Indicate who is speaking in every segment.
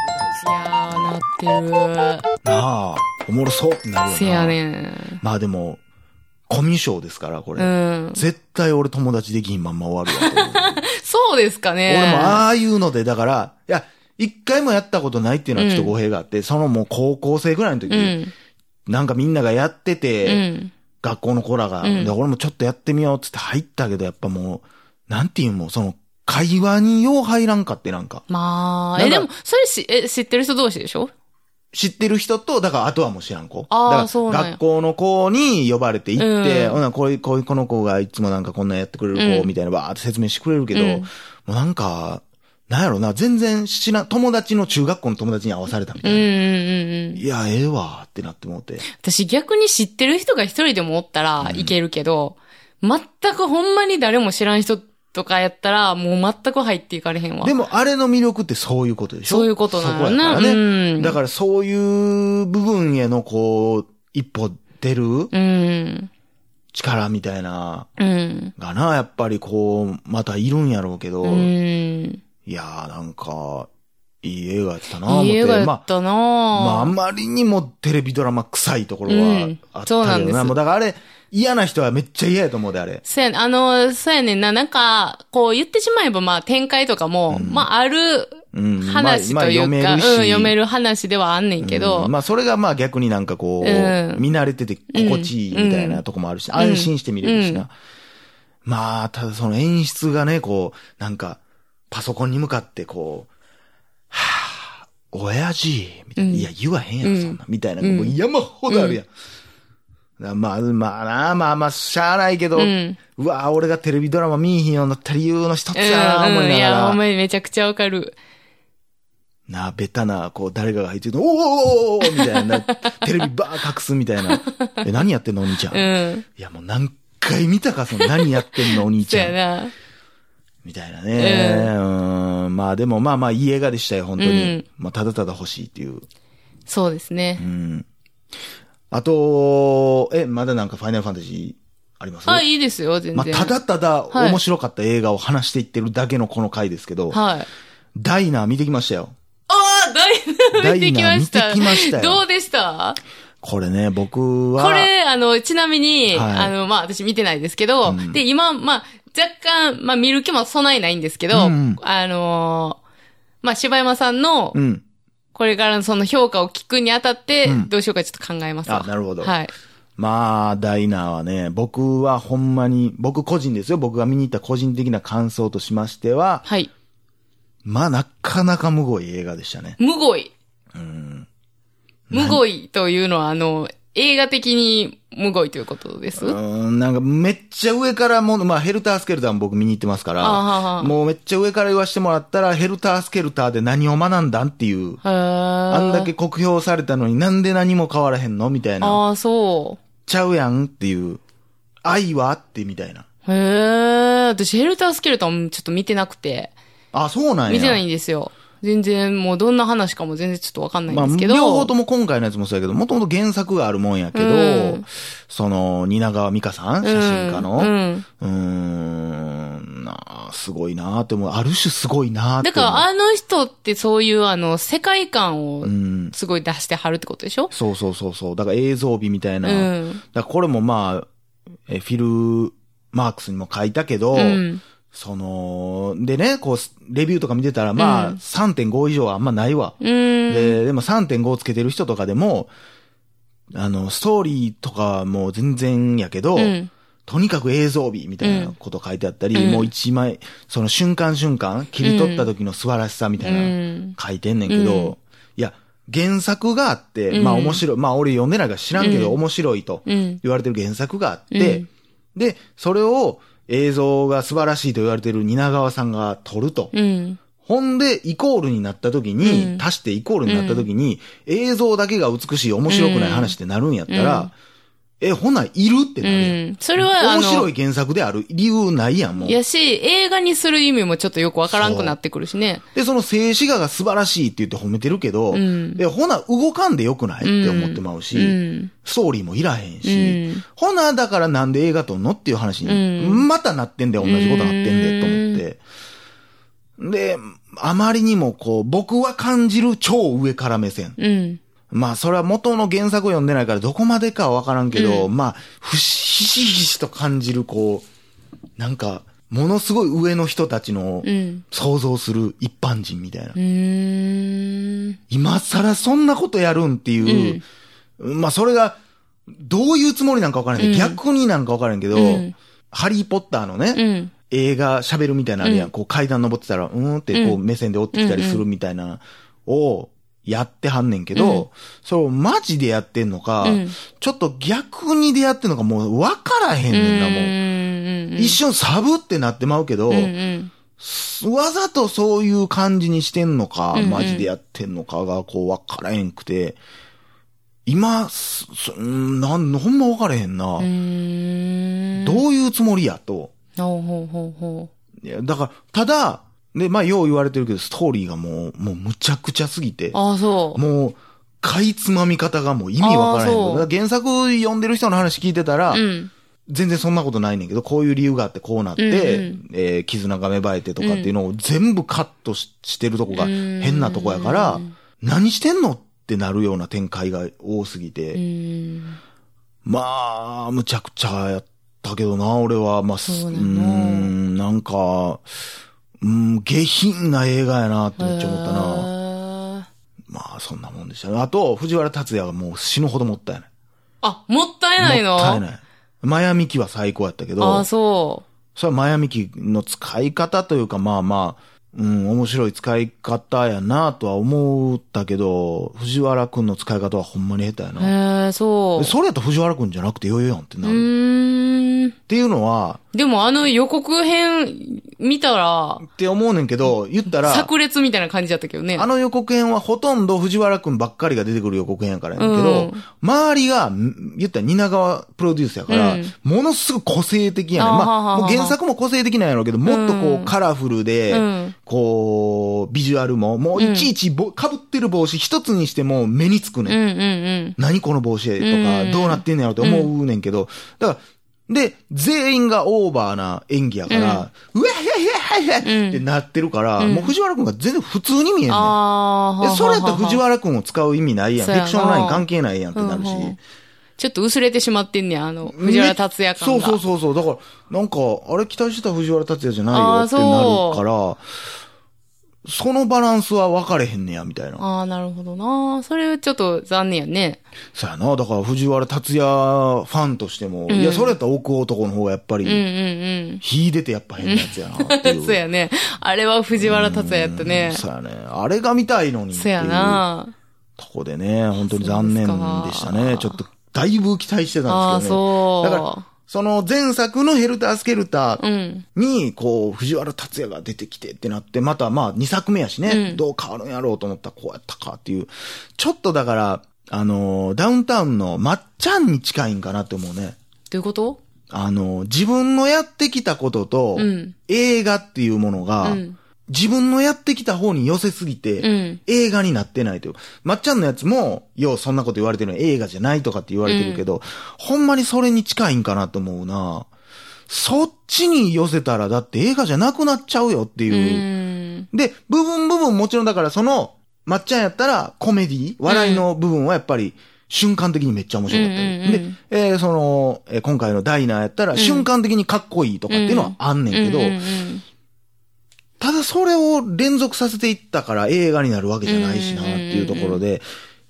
Speaker 1: いやー、なってる。
Speaker 2: なあ、おもろそうってなるよな。
Speaker 1: せやねん。
Speaker 2: まあでも、コミュ障ですから、これ。
Speaker 1: うん。
Speaker 2: 絶対俺友達できひんまんま終 わるわと思う。
Speaker 1: そうですかね。
Speaker 2: 俺もああいうので、だから、いや、一回もやったことないっていうのはちょっと語弊があって、そのもう高校生ぐらいの時、
Speaker 1: うん。
Speaker 2: なんかみんながやって
Speaker 1: う
Speaker 2: て、
Speaker 1: ん。
Speaker 2: 学校の子らが、
Speaker 1: うん
Speaker 2: で俺もちょっとやってみようっつって入ったけど、やっぱもう、なんていうもう、その、会話によう入らんかってなんか、
Speaker 1: まあ、
Speaker 2: な
Speaker 1: え、
Speaker 2: んか
Speaker 1: でも、それし、え、知ってる人同士でしょ
Speaker 2: 知ってる人と、だからあとはもう知らん子。
Speaker 1: あー
Speaker 2: だから
Speaker 1: そうなんや
Speaker 2: 学校の子に呼ばれて行って、
Speaker 1: うん
Speaker 2: ほなこういう、こういうこの子がいつもなんかこんなんやってくれる
Speaker 1: う
Speaker 2: 子
Speaker 1: ん
Speaker 2: みたいなバーって説明してくれるけど、
Speaker 1: うん
Speaker 2: もうなんか、なんやろな、全然知らん、友達の中学校の友達に会わされたみた
Speaker 1: う
Speaker 2: い
Speaker 1: ん
Speaker 2: な。
Speaker 1: うんうんうん。
Speaker 2: いや、ええわってなって思って。
Speaker 1: 私逆に知ってる人が一人でもおったらいけるけど、全くほんまに誰も知らん人とかやったら、もう全く入っていかれへんわ。
Speaker 2: でも、あれの魅力ってそういうことでしょ
Speaker 1: そういうことなの
Speaker 2: そこや
Speaker 1: な。
Speaker 2: からね。
Speaker 1: うん。
Speaker 2: だからそういう部分へのこう、一歩出る
Speaker 1: うん。
Speaker 2: 力みたいな、
Speaker 1: うん。
Speaker 2: がな、やっぱりこう、またいるんやろうけど、
Speaker 1: うん。
Speaker 2: いやーなんか、いい映画やったな思っ
Speaker 1: いい
Speaker 2: て。
Speaker 1: 映画やっ
Speaker 2: まあ、
Speaker 1: たな
Speaker 2: まあ、
Speaker 1: ぁ。
Speaker 2: あまりにもテレビドラマ臭いところ
Speaker 1: う
Speaker 2: は
Speaker 1: ん
Speaker 2: あったけ
Speaker 1: そうなん
Speaker 2: ど
Speaker 1: で
Speaker 2: な。
Speaker 1: す
Speaker 2: もうだからあれ、嫌な人はめっちゃ嫌やと思うで、あれ。
Speaker 1: そうやね、あの、そうやねんな、なんか、こう言ってしまえば、まあ展開とかも、
Speaker 2: うん
Speaker 1: まあある
Speaker 2: うん。
Speaker 1: 話
Speaker 2: まあ
Speaker 1: というか、
Speaker 2: まあ
Speaker 1: うん、読め
Speaker 2: る
Speaker 1: る話ではあんねんけ
Speaker 2: う
Speaker 1: ど、
Speaker 2: んまあ、それがまあ逆になんかこう、
Speaker 1: うん
Speaker 2: 見慣れてて心地いいみたいなとこもあるし、
Speaker 1: ん
Speaker 2: 安心して見れるしな。
Speaker 1: う
Speaker 2: まあ、ただその演出がね、こう、なんか、パソコンに向かってこう、はぁ、親父、みたいな。
Speaker 1: うん
Speaker 2: いや、言わへんや
Speaker 1: う
Speaker 2: ろ、
Speaker 1: ん
Speaker 2: そんな。みたいな。
Speaker 1: うん
Speaker 2: もう山ほどあるやん。だまあ、まあな、まあまあ、しゃあないけど、う
Speaker 1: うん
Speaker 2: わぁ、俺がテレビドラマ見えひんようになった理由の一つ
Speaker 1: うん、
Speaker 2: やな、思い
Speaker 1: うん、
Speaker 2: ないが
Speaker 1: や、
Speaker 2: ら。
Speaker 1: ほんまにめちゃくちゃわかる。
Speaker 2: なあ、ベタな、こう、誰かが入ってると、おーおーおーおーみたいな、テレビばー隠すみたいな。え、何やってんのお兄ちゃん。
Speaker 1: う
Speaker 2: い
Speaker 1: ん。
Speaker 2: や、もう何回見たか、その、何やってんのお兄
Speaker 1: そ
Speaker 2: ち
Speaker 1: う
Speaker 2: ゃ
Speaker 1: や
Speaker 2: ん。
Speaker 1: な。
Speaker 2: みたいなね。う。
Speaker 1: うん
Speaker 2: まあ、でも、まあまあ、いい映画でしたよ、本当に。
Speaker 1: うん
Speaker 2: まあ、ただただ欲しいっていう。
Speaker 1: そうですね
Speaker 2: う。ん。あと、え、まだなんか、ファイナルファンタジーあります
Speaker 1: あ、いいですよ、全然。
Speaker 2: まあ、ただただ
Speaker 1: はい
Speaker 2: 面白かった映画を話していってるだけのこの回ですけど、
Speaker 1: はい。
Speaker 2: ダイナー見てきましたよ。
Speaker 1: ああ、 ダイナー見てきました。
Speaker 2: ダイナー見てきましたよ
Speaker 1: どうでした
Speaker 2: これね、僕は。
Speaker 1: これ、あの、ちなみに、
Speaker 2: はい
Speaker 1: あの、まあ、私見てないですけど、
Speaker 2: うん
Speaker 1: で、今、まあ、若干、まあ、見る気も備えないんですけど、
Speaker 2: うん
Speaker 1: あのーまあ、柴山さんの
Speaker 2: う、ん。
Speaker 1: これからのその評価を聞くにあたって
Speaker 2: うん、
Speaker 1: どうしようかちょっと考えますわ
Speaker 2: あなるほど
Speaker 1: はい。
Speaker 2: まあ、ダイナーはね、僕はほんまに、僕個人ですよ、僕が見に行った個人的な感想としましては、
Speaker 1: はい。
Speaker 2: まあ、なかなかむごい映画でしたね。
Speaker 1: むごい。
Speaker 2: うん。
Speaker 1: むごいというのは、あの、映画的にむごいということです。あ
Speaker 2: うん、なんかめっちゃ上からもの、まあ、ヘルタースケルターも僕見に行ってますか
Speaker 1: あ
Speaker 2: ら、
Speaker 1: はは
Speaker 2: もうめっちゃ上から言わしてもらったら、ヘルタースケルターで何を学んだんってい
Speaker 1: へ
Speaker 2: う、
Speaker 1: ー
Speaker 2: あんだけ酷評されたのになんで何も変わらへんのみたいな、
Speaker 1: ああ、そ
Speaker 2: ちゃうやんっていう、愛はあってみたいな。
Speaker 1: う。へえ、私ヘルタースケルトンちょっと見てなくて、
Speaker 2: あ、そうなんや。
Speaker 1: 見てないんですよ。全然、もうどんな話かも全然ちょっとわかんない
Speaker 2: ま
Speaker 1: ん
Speaker 2: あ、
Speaker 1: ですけど。
Speaker 2: 両方とも今回のやつもそうやけど、もともと原作があるもんやけど、
Speaker 1: うん
Speaker 2: その、蜷川美香さん写真家の、
Speaker 1: う。
Speaker 2: うんーん、なあすごいなあって思う。ある種すごいなあって
Speaker 1: だ
Speaker 2: 思
Speaker 1: から、
Speaker 2: う。
Speaker 1: あの人ってそういう、あの、世界観を
Speaker 2: うん。
Speaker 1: すごい出してはるってことでしょ
Speaker 2: そうそうそうそう。だから映像美みたいな。
Speaker 1: う
Speaker 2: だか
Speaker 1: ん。
Speaker 2: らこれもまあ、えフィル・マークスにも書いたけど、
Speaker 1: うん。
Speaker 2: その、でね、こう、レビューとか見てたら、まあ、
Speaker 1: うん
Speaker 2: 3.5以上はあんまないわ。
Speaker 1: うん。
Speaker 2: で、でも3.5をつけてる人とかでも、あの、ストーリーとかも全然やけど、
Speaker 1: うん。
Speaker 2: とにかく映像美みたいなこと書いてあったり、
Speaker 1: うん
Speaker 2: もう一枚、その瞬間瞬間、切り取った時の素晴らしさみたいな、
Speaker 1: うん
Speaker 2: 書いてんねんけど、
Speaker 1: うん
Speaker 2: いや、原作があって、
Speaker 1: うん
Speaker 2: まあ面白い、まあ俺読んでないから知らんけど、
Speaker 1: うん
Speaker 2: 面白いと
Speaker 1: うん。
Speaker 2: 言われてる原作があって、
Speaker 1: うん
Speaker 2: で、それを映像が素晴らしいと言われてる蜷川さんが撮ると。
Speaker 1: うん。
Speaker 2: ほんで、イコールになった時に、
Speaker 1: うん
Speaker 2: 足してイコールになった時に、映像だけが美しい、面白くない話ってなるんやったら、え、ほな、いるって
Speaker 1: う
Speaker 2: なるやん。
Speaker 1: ん。それは、あ
Speaker 2: 面白
Speaker 1: の
Speaker 2: い、原作である理由ないやん、もう。
Speaker 1: やし、映画にする意味もちょっとよくわからんくなってくるしね。
Speaker 2: で、その静止画が素晴らしいって言って褒めてるけど、
Speaker 1: うん
Speaker 2: え、ほな、動かんでよくない、って思ってまうし、
Speaker 1: うん。
Speaker 2: ストーリーもいらへん
Speaker 1: う
Speaker 2: し、
Speaker 1: ん。
Speaker 2: ほな、だからなんで映画撮んのっていう話に、
Speaker 1: うん
Speaker 2: またなってんだよ、同じことなってんだよ、と思って。で、あまりにもこう、僕は感じる超上から目線。
Speaker 1: うん。
Speaker 2: まあ、それは元の原作を読んでないからどこまでかはわからんけど、まあ、ふし、ひしひしと感じる、こう、なんか、ものすごい上の人たちの
Speaker 1: うん。
Speaker 2: 想像する一般人みたいな。
Speaker 1: うーん。
Speaker 2: 今更そんなことやるんっていう、まあ、それが、どういうつもりなんかわからんけど、
Speaker 1: うん
Speaker 2: 逆になんかわからんけど、
Speaker 1: うん
Speaker 2: ハリーポッターのね、
Speaker 1: うん。
Speaker 2: 映画喋るみたいなのあるやん。
Speaker 1: うん
Speaker 2: こう階段登ってたら、うーんってこう
Speaker 1: うん
Speaker 2: 目線で追ってきたりするみたいなをやってはんねんけど、
Speaker 1: うん
Speaker 2: それをマジでやってんのか、
Speaker 1: うん
Speaker 2: ちょっと逆にでやってんのかもうわからへ
Speaker 1: う
Speaker 2: んねんな、もう。
Speaker 1: ん。
Speaker 2: 一瞬サブってなってまうけど、
Speaker 1: うんうん。
Speaker 2: わざとそういう感じにしてんのか、
Speaker 1: うんうん
Speaker 2: マジでやってんのかがこうわからへんくて、今、すすうんなん、ほんまわからへんな。
Speaker 1: うーん。
Speaker 2: どういうつもりやと。
Speaker 1: ほうほうほうほ
Speaker 2: いや、だから、ただ、で、まあ、よう言われてるけど、ストーリーがもう、もうむちゃくちゃすぎて
Speaker 1: う。、ああ、そう。
Speaker 2: もう、かいつまみ方がもう意味わか
Speaker 1: あ
Speaker 2: らへん
Speaker 1: ーそう
Speaker 2: だから原作読んでる人の話聞いてたら、
Speaker 1: うん。
Speaker 2: 全然そんなことないねんけど、こういう理由があってこうなって、
Speaker 1: うん
Speaker 2: えー絆が芽生えてとかっていうのを全部カットししてるとこが変なとこやから、
Speaker 1: うん
Speaker 2: 何してんのってなるような展開が多すぎて、
Speaker 1: うん。
Speaker 2: まあ、むちゃくちゃやったけどな、俺は。まあ、す
Speaker 1: そうう
Speaker 2: ー
Speaker 1: なの
Speaker 2: ん、なんか、うん、下品な映画やなってめっちゃ思ったな。
Speaker 1: な。
Speaker 2: まあ、そんなもんでしたね。あと、藤原達也がもう死ぬほどもったいない。
Speaker 1: あ、もったいないの
Speaker 2: もったい
Speaker 1: い。
Speaker 2: ない。マヤミキは最高やったけ
Speaker 1: あ
Speaker 2: ど
Speaker 1: あ、、そ
Speaker 2: それはマヤミキの使い方というか、まあまあ、うん、面白い使い方やなとは思ったけど、藤原くんの使い方はほんまに下手や
Speaker 1: う。
Speaker 2: な。
Speaker 1: へえ、そう。
Speaker 2: それやと藤原くんじゃなくてよいやんって
Speaker 1: う
Speaker 2: なる。っ
Speaker 1: ーん。
Speaker 2: ていうのは、
Speaker 1: でもあの予告編見たら、
Speaker 2: って思うねんけど、言ったら、
Speaker 1: 炸裂みたいな感じだったけどね。
Speaker 2: あの予告編はほとんど藤原くんばっかりが出てくる予告編やからやねんけど、
Speaker 1: うん
Speaker 2: 周りが、ん言ったら蜷川プロデュースやから、
Speaker 1: うん
Speaker 2: ものすごく個性的やねん。
Speaker 1: あー
Speaker 2: ま
Speaker 1: はーは
Speaker 2: あ、
Speaker 1: ー
Speaker 2: もう原作も個性的なんやろうけど、もっとこ
Speaker 1: うん
Speaker 2: うカラフルで、
Speaker 1: うん
Speaker 2: こう、ビジュアルも、もういちいちぼ、被ってる帽子一つにしても目につくねん
Speaker 1: うんうん
Speaker 2: 何この帽子と
Speaker 1: う
Speaker 2: か、
Speaker 1: ん
Speaker 2: どうなってんねやろって思うねんけど、だから、で、全員がオーバーな演技やから、うわいやいやいやいやってなってるから、
Speaker 1: うん
Speaker 2: もう藤原くんが全然普通に見えん
Speaker 1: うん。
Speaker 2: ねん。
Speaker 1: ああ、
Speaker 2: で、それやったら藤
Speaker 1: は
Speaker 2: 原くんを使う意味ないやん。フ
Speaker 1: そうやな
Speaker 2: ィクションライン関係ないやんってなるし。
Speaker 1: うんうんちょっと薄れてしまってんねや、あの、藤原達也感が。
Speaker 2: そうそうそうそう。だから、なんか、あれ期待してた藤原達也じゃないよってなるから、そのバランスは分かれへんねや、みたいな。
Speaker 1: ああ、なるほどな。それちょっと残念やね。
Speaker 2: そうやな。だから藤原達也ファンとしても、
Speaker 1: ん
Speaker 2: いや、それやったら奥男の方がやっぱり、
Speaker 1: うんうん
Speaker 2: 秀でてやっぱ変なやつやなって
Speaker 1: うん。
Speaker 2: いう。
Speaker 1: そうやね。あれは藤原達也やったね。
Speaker 2: そうやね。あれが見たいのにって
Speaker 1: そう
Speaker 2: い
Speaker 1: や
Speaker 2: う
Speaker 1: な。
Speaker 2: とこでね、本当に残念でした
Speaker 1: そうで
Speaker 2: ね。
Speaker 1: すか
Speaker 2: ちょっと、だいぶ期待して
Speaker 1: あ
Speaker 2: たん
Speaker 1: あ、
Speaker 2: ですけど
Speaker 1: そ
Speaker 2: ね。
Speaker 1: う。
Speaker 2: だから、その前作のヘルタースケルター
Speaker 1: うん。
Speaker 2: に、こう、藤原達也が出てきてってなって、またまあ2作目やしね、
Speaker 1: うん
Speaker 2: どう変わるんやろうと思ったらこうやったかっていう。ちょっとだから、あのーダウンタウンのまっちゃんに近いんかなって思うね。
Speaker 1: どういうこと
Speaker 2: あのー自分のやってきたことと、
Speaker 1: うん
Speaker 2: 映画っていうもの
Speaker 1: う
Speaker 2: が、
Speaker 1: ん。
Speaker 2: 自分のやってきた方に寄せすぎて、
Speaker 1: うん。
Speaker 2: 映画になってないという。まっちゃんのやつも、ようそんなこと言われてるの映画じゃないとかって言われてるけど、ほんまにそれに近いんかなと思うな。そっちに寄せたらだって映画じゃなくなっちゃうよって
Speaker 1: う
Speaker 2: いう。
Speaker 1: ん。
Speaker 2: で、部分部分もちろんだからその、まっちゃんやったらコメディ笑いの部分はやっぱり瞬間的にめっちゃ面白かったり。
Speaker 1: うんうんうん
Speaker 2: で、えーその、えー今回のダイナーやったら瞬間的にかっこいいとかっていうのはあんねんけど、
Speaker 1: うんうんうん
Speaker 2: ただそれを連続させていったから映画になるわけじゃないしなっていうところで、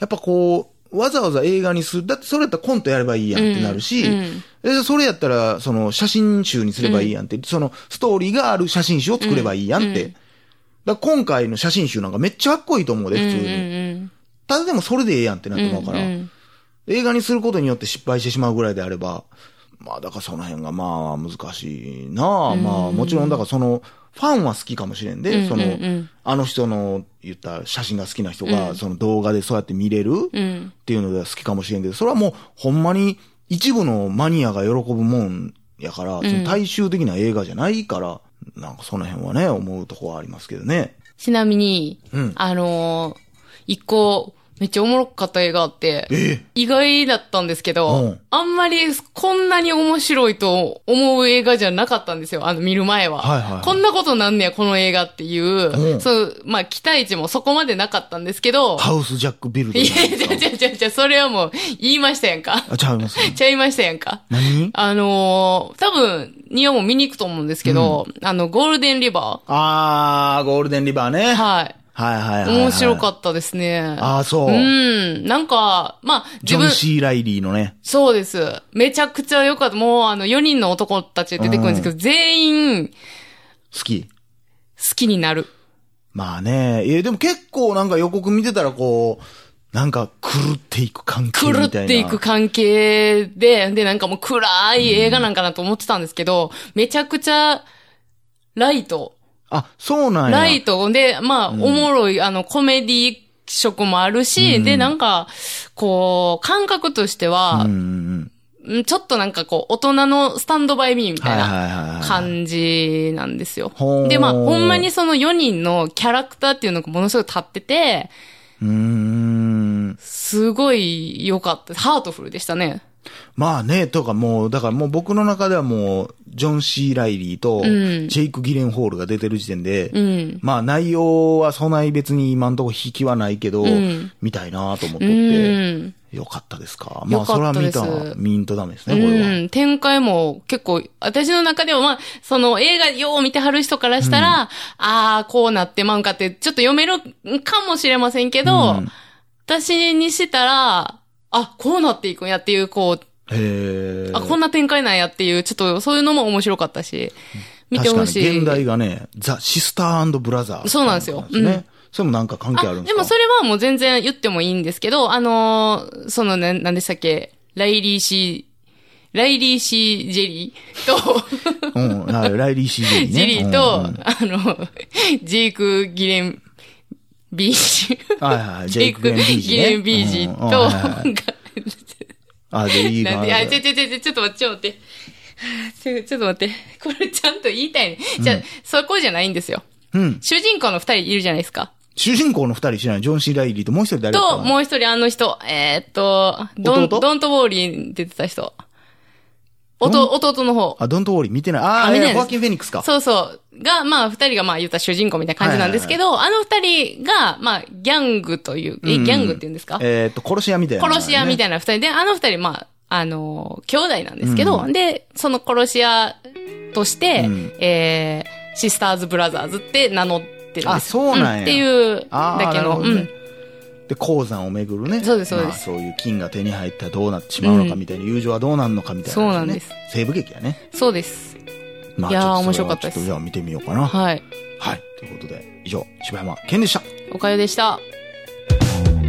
Speaker 2: やっぱこう、わざわざ映画にする。だってそれやったらコントやればいいやんってなるし、
Speaker 1: うんうん
Speaker 2: でそれやったら、その写真集にすればいいやんって、そのストーリーがある写真集を作ればいいやんって。
Speaker 1: うん
Speaker 2: だから今回の写真集なんかめっちゃかっこいいと思うで、普通に。
Speaker 1: うん
Speaker 2: ただでもそれでええやんってなっ
Speaker 1: うんうん
Speaker 2: てまうから、
Speaker 1: うんうん
Speaker 2: 映画にすることによって失敗してしまうぐらいであれば、まあだからその辺がまあ難しいなあ、
Speaker 1: うん
Speaker 2: まあもちろんだからその、ファンは好きかもしれんで、その、
Speaker 1: うんうん
Speaker 2: あの人の言った写真が好きな人
Speaker 1: う
Speaker 2: が、
Speaker 1: ん
Speaker 2: その動画でそうやって見れるっ
Speaker 1: うん
Speaker 2: ていうのでは好きかもしれんけど、それはもうほんまに一部のマニアが喜ぶもんやから、その大衆的な映画じゃないから、なんかその辺はね、思うとこはありますけどね。
Speaker 1: ちなみに、
Speaker 2: うん
Speaker 1: あのー一個、めっちゃおもろかった映画あって、
Speaker 2: え
Speaker 1: 意外だったんですけ
Speaker 2: う
Speaker 1: ど
Speaker 2: ん、
Speaker 1: あんまりこんなに面白いと思う映画じゃなかったんですよ、あの見る前は。
Speaker 2: はいはいはい
Speaker 1: こんなことなんねや、この映画っていう、
Speaker 2: うん
Speaker 1: そう、まあ期待値もそこまでなかったんですけど、
Speaker 2: ハウスジャックビルド
Speaker 1: い
Speaker 2: の
Speaker 1: や、じゃじゃじゃじゃ、それはもう言いましたやんか。
Speaker 2: あ、ちゃいます。
Speaker 1: ちゃいましたやんか。
Speaker 2: 何
Speaker 1: あのー多分、ニオも見に行くと思うんですけど、あの、ゴールデンリバ
Speaker 2: あー、ゴールデンリバーね。
Speaker 1: ー。はい。
Speaker 2: はいはいはい。
Speaker 1: 面白か
Speaker 2: っ
Speaker 1: ったですね。
Speaker 2: あー、そうう。
Speaker 1: ん。なんか、まあ、自
Speaker 2: ジョン・
Speaker 1: 分、
Speaker 2: シー・ライリーのね。
Speaker 1: そうです。めちゃくちゃ良かった。もう、あの、4人の男たち出てくるんですけど、全員、
Speaker 2: 好き。
Speaker 1: 好きになる。
Speaker 2: まあね。いや、でも結構なんか予告見てたらこう、なんか狂っていく関係みたい
Speaker 1: 狂
Speaker 2: な。
Speaker 1: っていく関係で、で、なんかもう暗い映画なんかなと思ってたんですけど、めちゃくちゃ、ライト。
Speaker 2: あ、そうなんや。
Speaker 1: ライトで、まあ、おもろい、あの、コメディ色もあるし、
Speaker 2: うん
Speaker 1: で、なんか、こう、感覚としては
Speaker 2: う、んうん
Speaker 1: んちょっとなんかこう、大人のスタンドバイミーみ
Speaker 2: うん。は
Speaker 1: た
Speaker 2: い
Speaker 1: い
Speaker 2: は
Speaker 1: ない
Speaker 2: はいはい。
Speaker 1: 感じなんですよ。
Speaker 2: ほー
Speaker 1: で、まあ、ほんまにその4人のキャラクターっていうのがものすごい立ってて、
Speaker 2: うーん。
Speaker 1: すごい良かった。ハートフルでしたね。
Speaker 2: まあね、とかもう、だからもう僕の中ではもう、ジョン・シー・ライリーと、ジ
Speaker 1: ん
Speaker 2: ェイク・ギレンホールが出てる時点で、
Speaker 1: うん。
Speaker 2: まあ内容はそない別に今んとこ引きはないけど、
Speaker 1: うん
Speaker 2: 見たいなと思っ
Speaker 1: う
Speaker 2: とって、
Speaker 1: ん。
Speaker 2: よかったですか。ま
Speaker 1: よ
Speaker 2: あそれ
Speaker 1: か
Speaker 2: は
Speaker 1: った
Speaker 2: 見
Speaker 1: です
Speaker 2: た、見んとダメですね、これは。
Speaker 1: うん、展開も結構、私の中では、まあ、その映画よう見てはる人からしたら、ああ、こうなってまうんかって、ちょっと読めるかもしれませんけど、
Speaker 2: うん
Speaker 1: 私にしたら、あ、こうなっていくんやっていう、こう、
Speaker 2: へえ。
Speaker 1: あ、こんな展開なんやっていう、ちょっとそういうのも面白かったし、見てほしい。
Speaker 2: 確かに現代がね、ザ・シスターブラザー。
Speaker 1: そうなんですようん
Speaker 2: ね。それもなんか関係あるんですか
Speaker 1: もそれはもう全然言ってもいいんですけど、あのーそのね、なんでしたっけ、ライリーシー、ライリーシージェリーと、
Speaker 2: うん。はいライリー・シー・ジェリー
Speaker 1: ジェリ
Speaker 2: ね。
Speaker 1: ーと、
Speaker 2: うんうん
Speaker 1: あの、ジェイク・ギレン・ビージ。
Speaker 2: はいはい。
Speaker 1: ジェイク・ギレン・ビージ
Speaker 2: ね
Speaker 1: と、
Speaker 2: うんうん
Speaker 1: が
Speaker 2: はいはいあ、で、いい
Speaker 1: な
Speaker 2: なん
Speaker 1: で、あ、ちょ、ちょ、ちょ、ちょ、ちょっと待って、ちょっと待って。ちょちょっと待って。これちゃんと言いたいね。じゃ、そこじゃないんですよ。
Speaker 2: うん。
Speaker 1: 主人公の二人いるじゃないですか。
Speaker 2: 主人公の二人知らない。ジョン・シー・ライリーともう一人誰だった
Speaker 1: と、
Speaker 2: かな
Speaker 1: もう一人あの人、えーっと、ドン、
Speaker 2: 弟
Speaker 1: ドントウォーリーに出てた人。おと、弟の方。
Speaker 2: あ、ドント・ウォーリー見てない。
Speaker 1: あ
Speaker 2: ああ、
Speaker 1: 見てない
Speaker 2: えーホアキン・フェニックスか。
Speaker 1: そうそう。が、まあ、二人が、まあ、言ったら主人公みたいな感じなんですけど、あの二人が、まあ、ギャングという、え、
Speaker 2: うん
Speaker 1: ギャングって言うんですか、
Speaker 2: えーっと、殺し屋みたいな。
Speaker 1: 殺し屋み
Speaker 2: い
Speaker 1: たいな二人で、あの二人、まあ、あのー兄弟なんですけど、
Speaker 2: う
Speaker 1: で、その殺し屋として、
Speaker 2: うん
Speaker 1: えー、シスターズ・ブラザーズって名乗ってるんです
Speaker 2: あそうなんや
Speaker 1: っていう
Speaker 2: あー
Speaker 1: だけ
Speaker 2: なる
Speaker 1: の、
Speaker 2: ほ
Speaker 1: う
Speaker 2: どね
Speaker 1: ん。
Speaker 2: で、鉱山をめぐるね。
Speaker 1: そうですそうです
Speaker 2: まあそういう金が手に入ったらどうなってしまうのかみたいな、友情はどうなるのかみたいな、
Speaker 1: そうなんです。
Speaker 2: 西部劇やね。
Speaker 1: そうです。
Speaker 2: ま
Speaker 1: いやー
Speaker 2: ちょとそれは
Speaker 1: 面白かったです
Speaker 2: ちょとじゃあ見てみようかな。はい。
Speaker 1: はい。
Speaker 2: ということで、以上、柴山健でした。
Speaker 1: おかゆでした。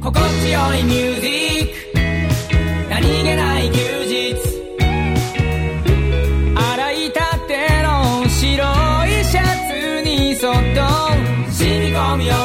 Speaker 3: 心地よいミュージック何気ない休日洗いたての白いシャツにそっと染み込むよ